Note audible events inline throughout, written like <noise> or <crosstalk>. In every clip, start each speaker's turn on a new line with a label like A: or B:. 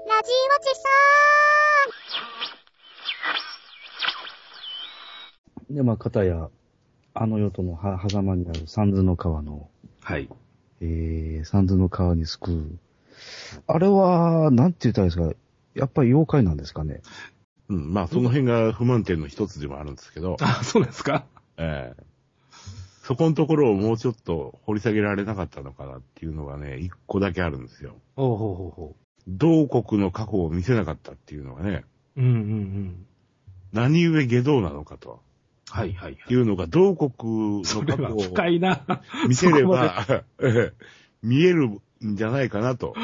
A: ちそ
B: で、まあ、片や、あの世とのは狭間にある三途の川の、
C: はい。
B: えー、三途の川に救う。あれは、なんて言ったらいいですか、やっぱり妖怪なんですかね。
D: うん、まあその辺が不満点の一つでもあるんですけど、
C: あ、そうなんですか
D: ええそこのところをもうちょっと掘り下げられなかったのかなっていうのがね、一個だけあるんですよ。
C: おうほうほうほ
D: 同国の過去を見せなかったっていうのがね、
C: う。うんうんうん。
D: 何故下道なのかと。
C: はいはい
D: っ
C: は
D: て
C: い。
D: いうのが、同国の
C: そ
D: 過
C: れ
D: 去
C: は
D: を
C: 深いな。
D: 見せれ
C: そこまで
D: ば、 <laughs> ええ見えるんじゃないかなと。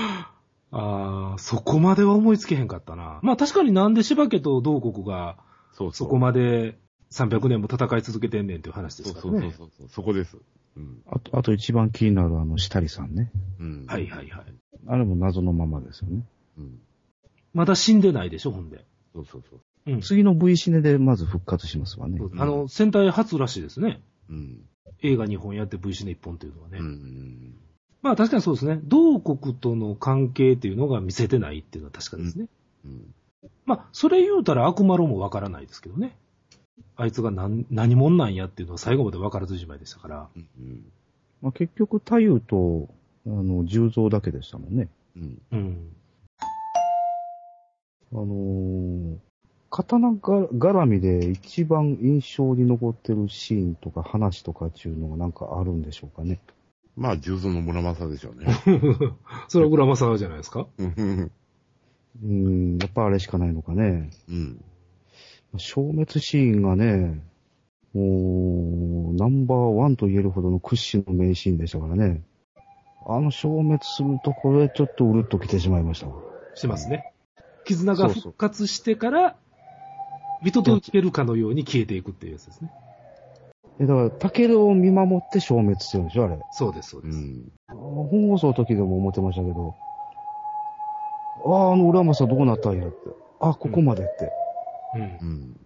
C: ああ、そこまでは思いつけへんかったな。まあ確かになんで柴家と同国が
D: そう
C: そ
D: そう。
C: こまで300年も戦い続けてんねんっていう話です
D: そう
C: から
D: そ
C: ね。
D: うそうそうそう。そこです。うん。
B: あと、あと一番気になるあの、下りさんね。
D: うん。
C: はいはいはい。
B: あれも謎のままですよね。
D: うん。
C: まだ死んでないでしょ、ほんで。
D: そうそうそう。
C: うん。
B: 次の V シネでまず復活しますわね。
C: あの、戦隊初らしいですね。
D: うん。
C: 映画2本やって V シネ1本っていうのはね。
D: うん。
C: まあ確かにそうですね。同国との関係っていうのが見せてないっていうのは確かですね。
D: うん。
C: まあ、それ言うたら悪魔論もわからないですけどね。あいつが何、何者なんやっていうのは最後までわからずじまいでしたから。
D: うん。
B: まあ、結局、太夫と、あの、重蔵だけでしたもんね。
D: うん。
C: うん。
B: あのー刀が絡みで一番印象に残ってるシーンとか話とかっていうのがなんかあるんでしょうかね。
D: まあ、重蔵の村正でしょうね。
C: それは浦正じゃないですか。
D: うん。
B: うーん、やっぱあれしかないのかね。
D: うん。
B: 消滅シーンがね、もう、ナンバーワンと言えるほどの屈指の名シーンでしたからね。あの消滅するところでちょっとうるっと来てしまいましたわ。
C: してますね。絆が復活してから、人と受けるかのように消えていくっていうやつですね。
B: え、だから、タケルを見守って消滅してるんでしょ、あれ。
C: そうです、そう
D: う
C: です。
D: ん。
B: 本放送の時でも思ってましたけど、ああ、あの浦正どうなったんやって。あ、ここまでって。
C: うん
D: うん。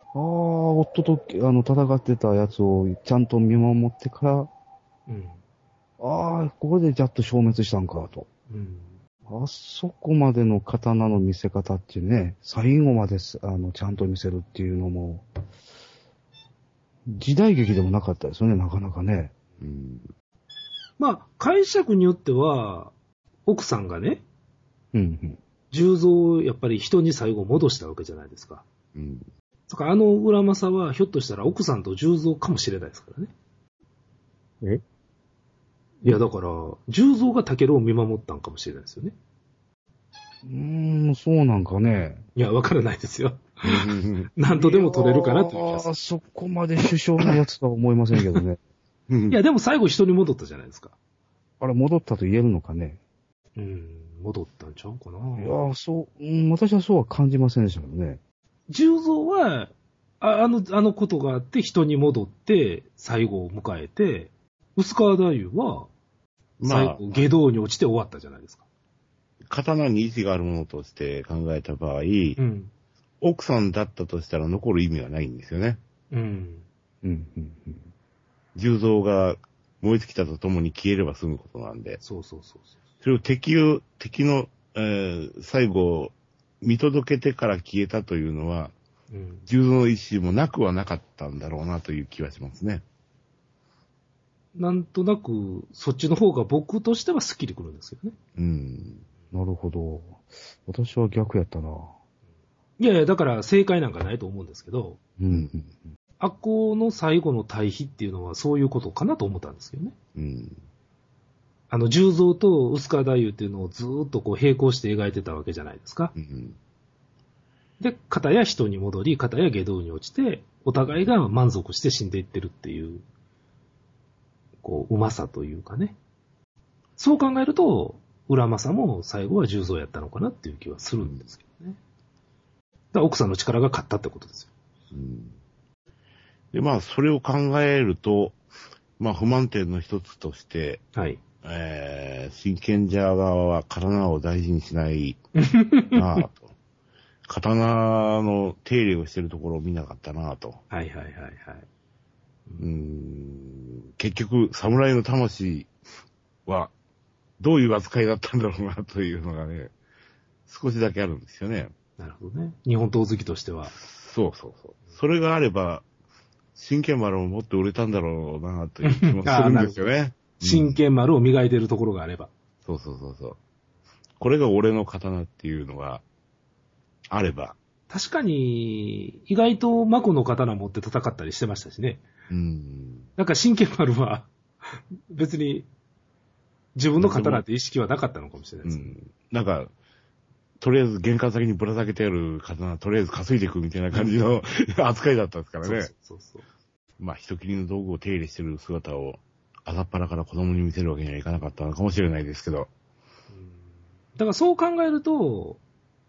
B: ああ、夫とあの戦ってたやつをちゃんと見守ってから、
C: うん。
B: ああ、ここでやっと消滅したんかと。
C: うん。
B: あそこまでの刀の見せ方っていうね、最後まですあのちゃんと見せるっていうのも、時代劇でもなかったですよね、なかなかね。
D: うん。
C: まあ、解釈によっては、奥さんがね、
B: うん、うん。
C: 重蔵をやっぱり人に最後戻したわけじゃないですか。
D: うん。
C: だからあの浦正はひょっとしたら奥さんと重蔵かもしれないですからね。
B: え
C: いやだから、重蔵が武尊を見守ったんかもしれないですよね。
B: うーん、そうなんかね。
C: いや、わからないですよ。 <laughs> 何とでも取れるかなという気がす
B: あ
C: る
B: あ、そこまで首相のやつとは思いませんけどね。 <laughs>
D: うん
C: いや、でも最後人に戻ったじゃないですか。
B: あれ、戻ったと言えるのかね。
C: うん、戻ったんちゃうかない
B: やーそう、うん、私はそうは感じませんでしたけどね。
C: 重蔵は、ああの、あのことがあって人に戻って最後を迎えて、薄川太夫は
D: ま
C: 最
D: あ、
C: 後下道に落ちて終わったじゃないですか。
D: 刀に意志があるものとして考えた場合、
C: うん。
D: 奥さんだったとしたら残る意味はないんですよね。
C: うん。
B: うん、うん、うん。
D: 重蔵が燃え尽きたとともに消えれば済むことなんで、
C: そうそうそうそう。
D: それを敵を、敵の、えー最後を見届けてから消えたというのは、
C: うん、
D: 重蔵の意志もなくはなかったんだろうなという気はしますね。
C: なんとなく、そっちの方が僕としてはスッキリくるんですけどね。
D: うん。
B: なるほど。私は逆やったな。
C: いやいや、だから正解なんかないと思うんですけど、
B: うん、うん。
C: あっこの最後の対比っていうのはそういうことかなと思ったんですけどね。
D: うん。
C: あの、重蔵と薄川太夫っていうのをずーっとこう並行して描いてたわけじゃないですか。
D: うん。
C: で、片や人に戻り、片や下道に落ちて、お互いが満足して死んでいってるっていう、こう、うまさというかね。そう考えると、浦正も最後は重蔵やったのかなっていう気はするんですけどね。だから奥さんの力が勝ったってことですよ。
D: うんで、まあ、それを考えると、まあ、不満点の一つとして、
C: はい。
D: えー、真剣者側は刀を大事にしないなぁと。刀の手入れをしてるところを見なかったなぁと。
C: はいはいはいはい。
D: うーん結局、侍の魂は、どういう扱いだったんだろうなというのがね、少しだけあるんですよね。
C: なるほどね。日本刀好きとしては。
D: そうそうそう。それがあれば、真剣丸ももっと売れたんだろうな、という気 <laughs> もするんですよね。
C: 真
D: 剣、
C: 剣丸を磨いてるところがあれば。
D: そうそうそうそう。これが俺の刀っていうのが、あれば。
C: 確かに、意外とマコの刀持って戦ったりしてましたしね。
D: うん。
C: なんか真剣丸は、 <laughs> 別に、自分の刀って意識はなかったのかもしれないうですね。
D: ん。なんか、とりあえず玄関先にぶら下げてある刀、とりあえず担いでいくみたいな感じ <laughs> の扱いだったんですから
C: そう
D: ね
C: そ。うそうそう。
D: まあ、人切りの道具を手入れしてる姿を、朝っぱらから子供に見せるわけにはいかなかったのかもしれないですけど。
C: だからそう考えると、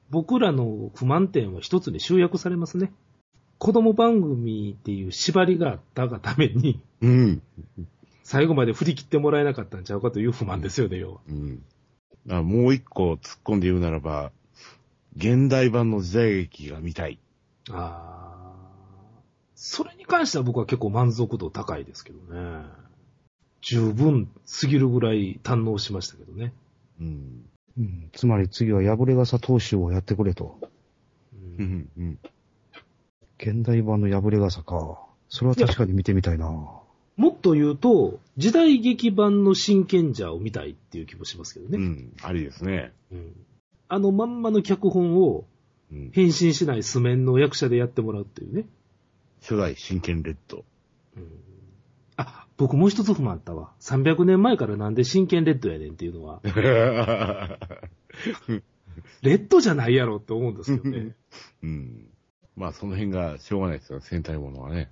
C: 僕らの不満点は一つに集約されますね。子供番組っていう縛りがあったがために、 <laughs>
D: うん。
C: 最後まで振り切ってもらえなかったんちゃうかという不満ですよね、要は。
D: うん。あもう一個突っ込んで言うならば、現代版の時代劇が見たい。
C: あーそれに関しては僕は結構満足度高いですけどね。十分すぎるぐらい堪能しましたけどね。
D: うん。
B: うん、つまり次は破れ傘投手をやってくれと。
C: うん
D: うん。うん。
B: 現代版の破れ傘か。それは確かに見てみたいな。
C: もっと言うと、時代劇版の真剣者を見たいっていう気もしますけど
D: う
C: ね。
D: ん。ありですね。
C: うんあのまんまの脚本を
D: うん。
C: 変身しない素面の役者でやってもらうっていうね。
D: 初代真剣レッド。
C: うんあ、僕もう一つ不満あったわ。300年前からなんで真剣レッドやねんっていうのは、レッドじゃないやろって思うんですよね。
D: うん。まあ、その辺がしょうがないですよ、戦隊ものはね。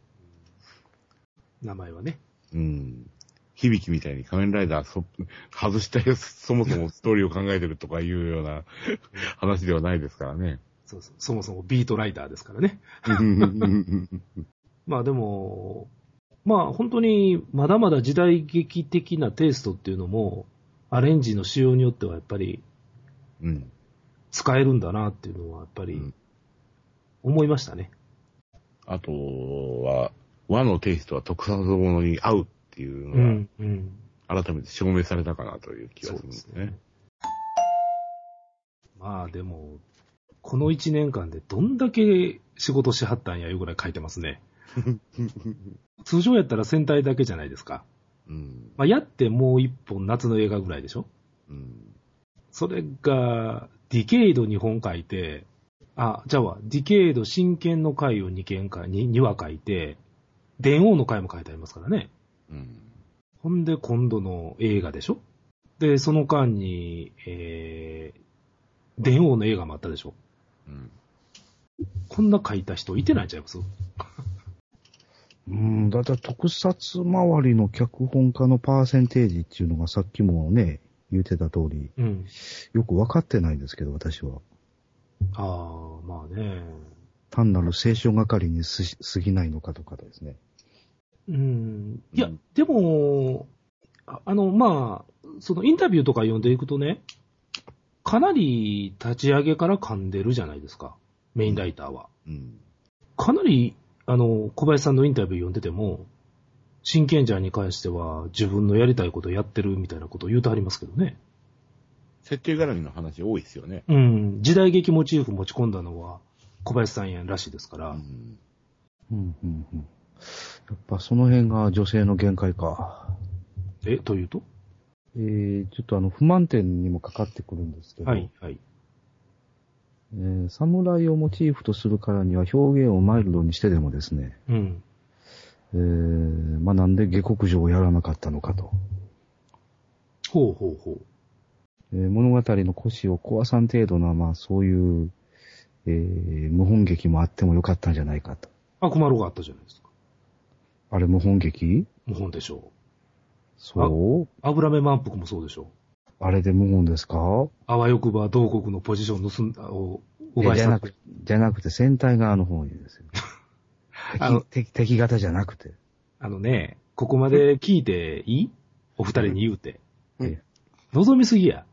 C: 名前はね。
D: うん。響きみたいに仮面ライダーそ <laughs> 外したやつ、そもそもストーリーを考えてるとかいうような話ではないですからね。
C: そうそうそもそもビートライダーですからね。
D: うん
C: まあでも、まあ本当にまだまだ時代劇的なテイストっていうのも、アレンジの仕様によってはやっぱり
D: うん。
C: 使えるんだなっていうのはやっぱ
D: う
C: り
D: ん
C: 思いましたね。
D: あとは、和のテイストは特撮ものに合うっていう
C: う
D: の
C: ん、うん。
D: が、改めて証明されたかなという気がす
C: そう
D: るん
C: で
D: ですす
C: ね
D: ね。。
C: まあでも、この1年間でどんだけ仕事しはったんやいうぐらい書いてま
D: <laughs>
C: すね。通常やったら戦隊だけじゃないですか。
D: うん。
C: まあ、やってもう一本夏の映画ぐらいでしょ
D: うん。
C: それが、ディケイド2本書いて、あ、じゃあわ、ディケイド真剣の回を2件か、に2話書いて、電王の回も書いてありますからね。
D: うん。
C: ほんで、今度の映画でしょで、その間に、えー、電王の映画もあったでしょ
D: うん。
C: こんな書いた人いてないんちゃいます
B: うん、だいたい特撮周りの脚本家のパーセンテージっていうのがさっきもね、言ってた通り、
C: うん。
B: よくわかってないんですけど、私は。
C: ああ、まあね。
B: 単なる青春係にすし過ぎないのかとかですね。
C: うん。いや
D: うん、
C: でも、ああの、まあ、そのインタビューとか読んでいくとね、かなり立ち上げから噛んでるじゃないですか。メインライターは。
D: うん。
C: かなり、あの、小林さんのインタビュー読んでても、真剣者に関しては自分のやりたいことやってるみたいなことを言うとありますけどね。
D: 設定絡みの話多いですよね。
C: うん。時代劇モチーフ持ち込んだのは小林さんやんらしいですか
D: う
C: ら。
D: ん。
B: うん、うん、うん。やっぱその辺が女性の限界か。
C: え、というと
B: えー、ちょっとあの、不満点にもかかってくるんですけど、
C: はい、はい。
B: えー侍をモチーフとするからには表現をマイルドにしてでもですね、
C: うん。
B: えー、まあ、なんで下克上をやらなかったのかと。
C: ほうほうほう。
B: えー物語の腰を壊さん程度な、まあそういう、えー無本劇もあってもよかったんじゃないかと。
C: 悪魔ロがあったじゃないですか。
B: あれ無本劇
C: 無本でしょ
B: そう
C: う。油目満腹もそうでしょ
B: あれで無本ですか
C: う。あわよくば同国のポジションを盗んだ、を
B: いや
C: 奪い
B: じゃ
C: 去
B: な
C: っ
B: く、じゃなくて戦隊側の方にですよ。
C: <laughs> あの
B: 敵、敵敵型じゃなくて。
C: あのね、ここまで聞いていいお二人に言うて。
D: うん
C: 望みすぎ <laughs> や。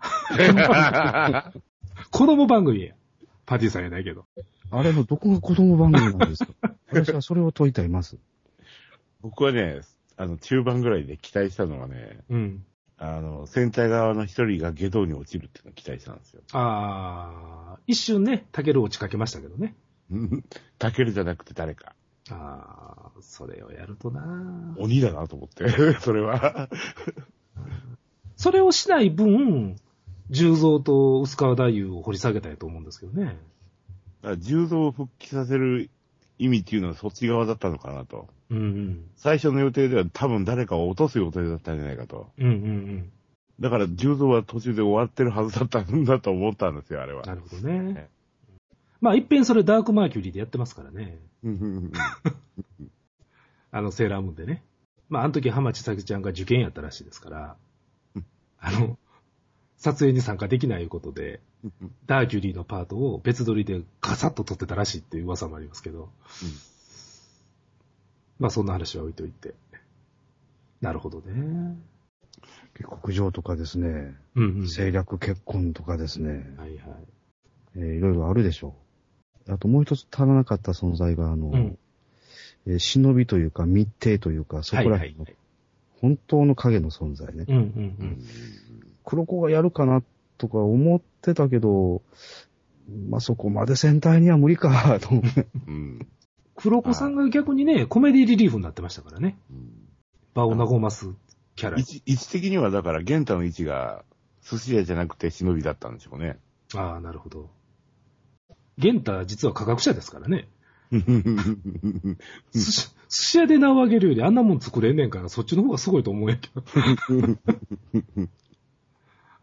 C: 子供番組や。パティさんやないけど。
B: あれのどこが子供番組なんですか <laughs> 私はそれを解いています。
D: 僕はね、あの、中盤ぐらいで期待したのはね、
C: うん。
D: あの、戦隊側の一人が下道に落ちるっていうのを期待したんですよ。
C: ああ、一瞬ね、タケル落ちかけましたけどね。
D: うんタケルじゃなくて誰か。
C: ああ、それをやるとな
D: 鬼だなと思って、それは。
C: それをしない分、重蔵と薄川太夫を掘り下げたいと思うんですけどね。
D: だから重蔵を復帰させる意味っていうのはそっち側だったのかなと。
C: うんうん。
D: 最初の予定では多分誰かを落とす予定だったんじゃないかと。
C: うんうんうん。
D: だから重蔵は途中で終わってるはずだったんだと思ったんですよ、あれは。
C: なるほどね。まあ、いっぺんそれダークマーキュリーでやってますからね。
D: うんうんうん
C: あの、セーラームーンでね。まあ、あの時、浜千咲ちゃんが受験やったらしいですから
D: うん、
C: あの、撮影に参加できないことで、ダーキュリーのパートを別撮りでガサッと撮ってたらしいっていう噂もありますけど、まあ、そんな話は置いといて。なるほどね。
B: 結告上とかですね、
C: うんうん。
B: 政略結婚とかですね、
C: はいはい。
B: えーいろいろあるでしょう。あともう一つ足らなかった存在が、あの、
C: うん。
B: えー忍びというか密偵というか、そこら
C: は
B: 辺
C: いは
B: の
C: いはい。
B: 本当の影の存在ね。
C: うんうんうん。
B: 黒子がやるかなとか思ってたけど、まあ、そこまで戦隊には無理か、
C: <laughs>
B: と思って。
D: うん
C: 黒子さんが逆にね、コメディリリーフになってましたからね。
D: うん
C: バオナゴマスキャラ
D: 位。置位置的にはだから、玄太の位置が寿司屋じゃなくて忍びだったんでしょうね。
C: ああ、なるほど。ゲンタ実は科学者ですからね。寿司寿司屋で名を上げるよりあんなもん作れんねんから、そっちの方がすごいと思うんやけど。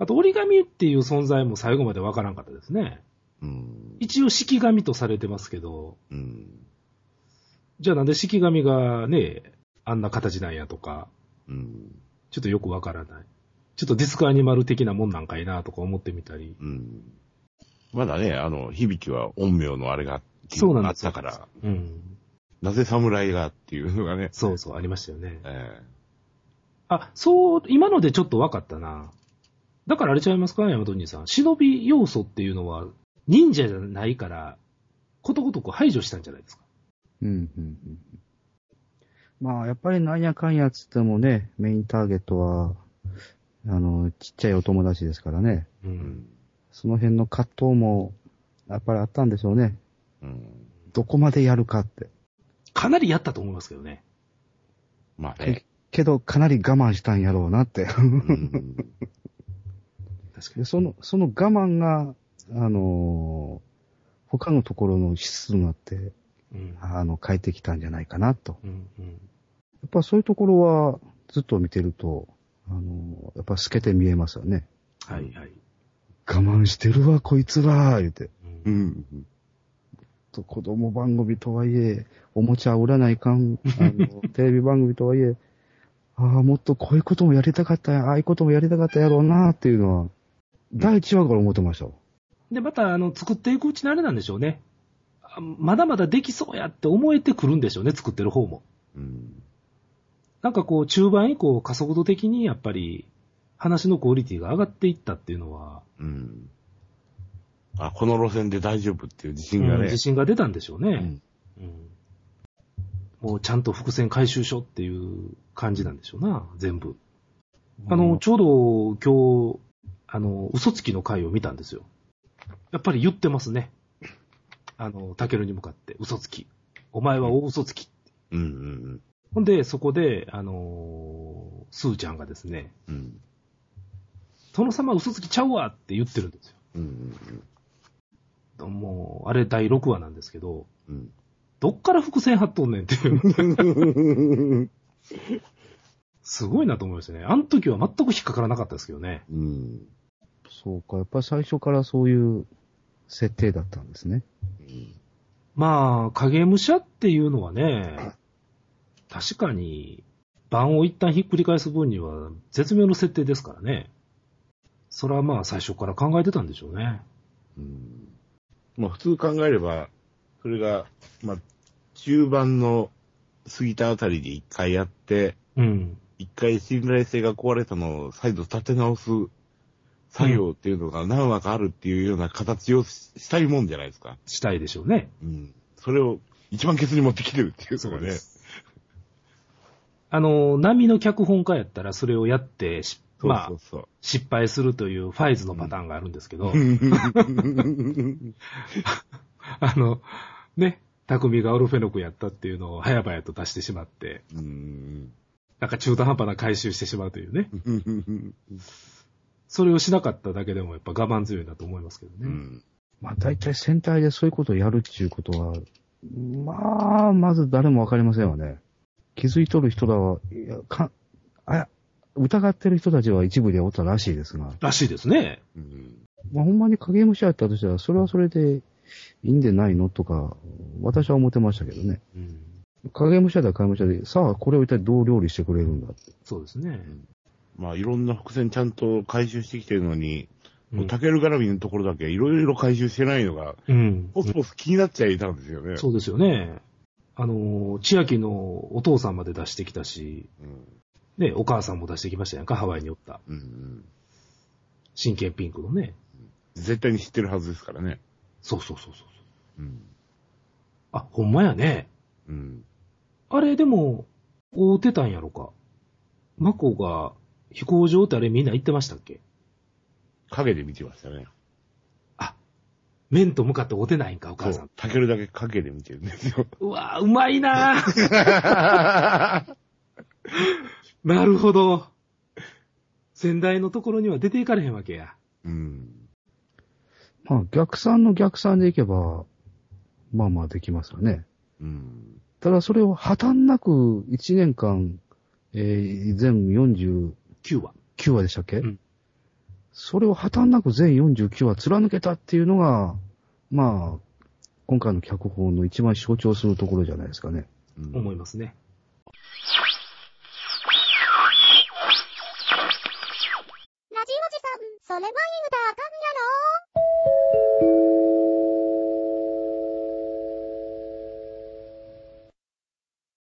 C: あと、折り紙っていう存在も最後までわからんかったですね。
D: うん
C: 一応、式紙とされてますけど、
D: うん
C: じゃあなんで式紙がね、あんな形なんやとか、
D: うん
C: ちょっとよくわからない。ちょっとディスクアニマル的なもんなんかいなとか思ってみたり。
D: うんまだね、あの、響きは陰陽のあれが
C: そうなん
D: あっ
C: ですよ
D: たから、
C: うん。
D: なぜ侍がっていうのがね、
C: そうそう、ありましたよね。
D: え
C: あ、そう、今のでちょっと分かったな。だからあれちゃいますか、ヤマト兄さん。忍び要素っていうのは、忍者じゃないから、ことごとく排除したんじゃないですか。
B: うんうんうんまあ、やっぱりなんやかんやつってもね、メインターゲットは、あの、ちっちゃいお友達ですからね。
C: う。
D: えうんん
B: その辺の葛藤も、やっぱりあったんでしょうね。
D: うん
B: どこまでやるかって。
C: かなりやったと思いますけどね。
D: まあね、
B: けど、かなり我慢したんやろうなって。
D: うん
C: 確か
B: で
C: に。
B: その、その我慢が、あのー他のところの質となって、
C: うん。
B: あの、変えてきたんじゃないかなと。
C: うんうん。
B: やっぱそういうところは、ずっと見てると、あの、やっぱ透けて見えますよね。
C: はいはい。
B: 我慢してるわ、こいつら、言うて。
C: う
D: うんん
B: と子供番組とはいえ、おもちゃ売らないかん、あの、テレビ番組とはいえ、ああ、もっとこういうこともやりたかったや、ああいうこともやりたかったやろうな、っていうのは、第1話から思ってましたよ。
C: で、また、あの、作っていくうちにあれなんでしょうね。あまだまだできそうやって思えてくるんでしょうね、作ってる方も。
D: うん
C: なんかこう、中盤以降、加速度的にやっぱり、話のクオリティが上がっていったっていうのは、
D: うんあ、この路線で大丈夫っていう自信が
C: うん
D: ね
C: 自、信が出たんでしょうね。
D: うん
C: うんもうちゃんと伏線回収しようっていう感じなんでしょうな、全部。あの、ちょうど今日、あの、嘘つきの回を見たんですよ。やっぱり言ってますね。あの、タケルに向かって、嘘つき。お前は大嘘つき。
D: うんうん
C: ほんで、そこで、あのースーちゃんがですね、
D: うんうん
C: 殿様嘘つきちゃうわって言ってるんです
D: うんうん
C: よ。もう、あれ第6話なんですけど、
D: うん
C: どっから伏線張っとんねんっていう。すごいなと思いましたね。あの時は全く引っかからなかったですけどね。
D: うん
B: そうか、やっぱり最初からそういう設定だったんですね。
D: うん
C: まあ、影武者っていうのはね、確かに、盤を一旦ひっくり返す分には絶妙の設定ですからね。それはまあ最初から考えてたんでしょうね。
D: うんまあ普通考えれば、それが、まあ、中盤の過ぎたあたりで一回やって、
C: うん。
D: 一回信頼性が壊れたのを再度立て直す作業っていうのが何話かあるっていうような形をししたいもんじゃないですか。
C: したいでしょうね。
D: うん。それを一番ケツに持ってきてるっていうのがね。
C: あの、波の脚本家やったらそれをやって失
D: そう
C: まあ
D: そうそう。
C: 失敗するというファイズのパターンがあるんですけど、 <laughs> あの、ね、匠がオルフェノクやったっていうのを早々と出してしまって、
D: うん。
C: なんか中途半端な回収してしまうというね。それをしなかっただけでもやっぱ我慢強いなと思いますけどね。
D: うん。
B: まあ大体戦隊でそういうことをやるっていうことは、まあ、まず誰もわかりませんわね。気づいとる人らは、いや、か、あ、疑ってる人たちは一部でおったらしいですが、
C: らしいですね。
D: うん。
B: まあほんまに影武者やったとしたら、それはそれでいいんでないのとか、私は思ってましたけどね。
C: うん、
B: 影武者だ、影武者で、さあ、これを一体どう料理してくれるんだって。
C: そうですね。
D: まあ、いろんな伏線ちゃんと回収してきてるのに、
C: うん
D: タケル絡みのところだけいろいろ回収してないのが、
C: うん
D: ポスポス気になっちゃいたんですよね。
C: そうですよね。あの、千秋のお父さんまで出してきたし、
D: うん。
C: ね、お母さんも出してきましたやんか、ハワイにおった。
D: うんうん。
C: 真剣ピンクのね。
D: 絶対に知ってるはずですからね。
C: そうそうそうそう。
D: うん。
C: あ、ほんまやね。
D: うん。
C: あれ、でも、会うてたんやろか。マコが飛行場ってあれみんな行ってましたっけ
D: 影で見てましたね。
C: あ、面と向かって会うてないんか、お
D: そ
C: 母さ。。
D: うんタケルだけ影で見てるんです
C: <laughs>
D: よ。
C: うわぁ、うまいなぁ。 <laughs> なるほど。先代のところには出ていかれへんわけや。
D: うん。
B: まあ、逆算の逆算でいけば、まあまあできますよね。
D: うん。
B: ただ、それを破綻なく1年間、えー全49
C: 9話。
B: 話でしたっけ、
C: うん
B: それを破綻なく全49話貫けたっていうのが、まあ、今回の脚本の一番象徴するところじゃないですかね。
D: うん
C: 思いますね。
A: ラジオジさん、それは言うたらあかんやろ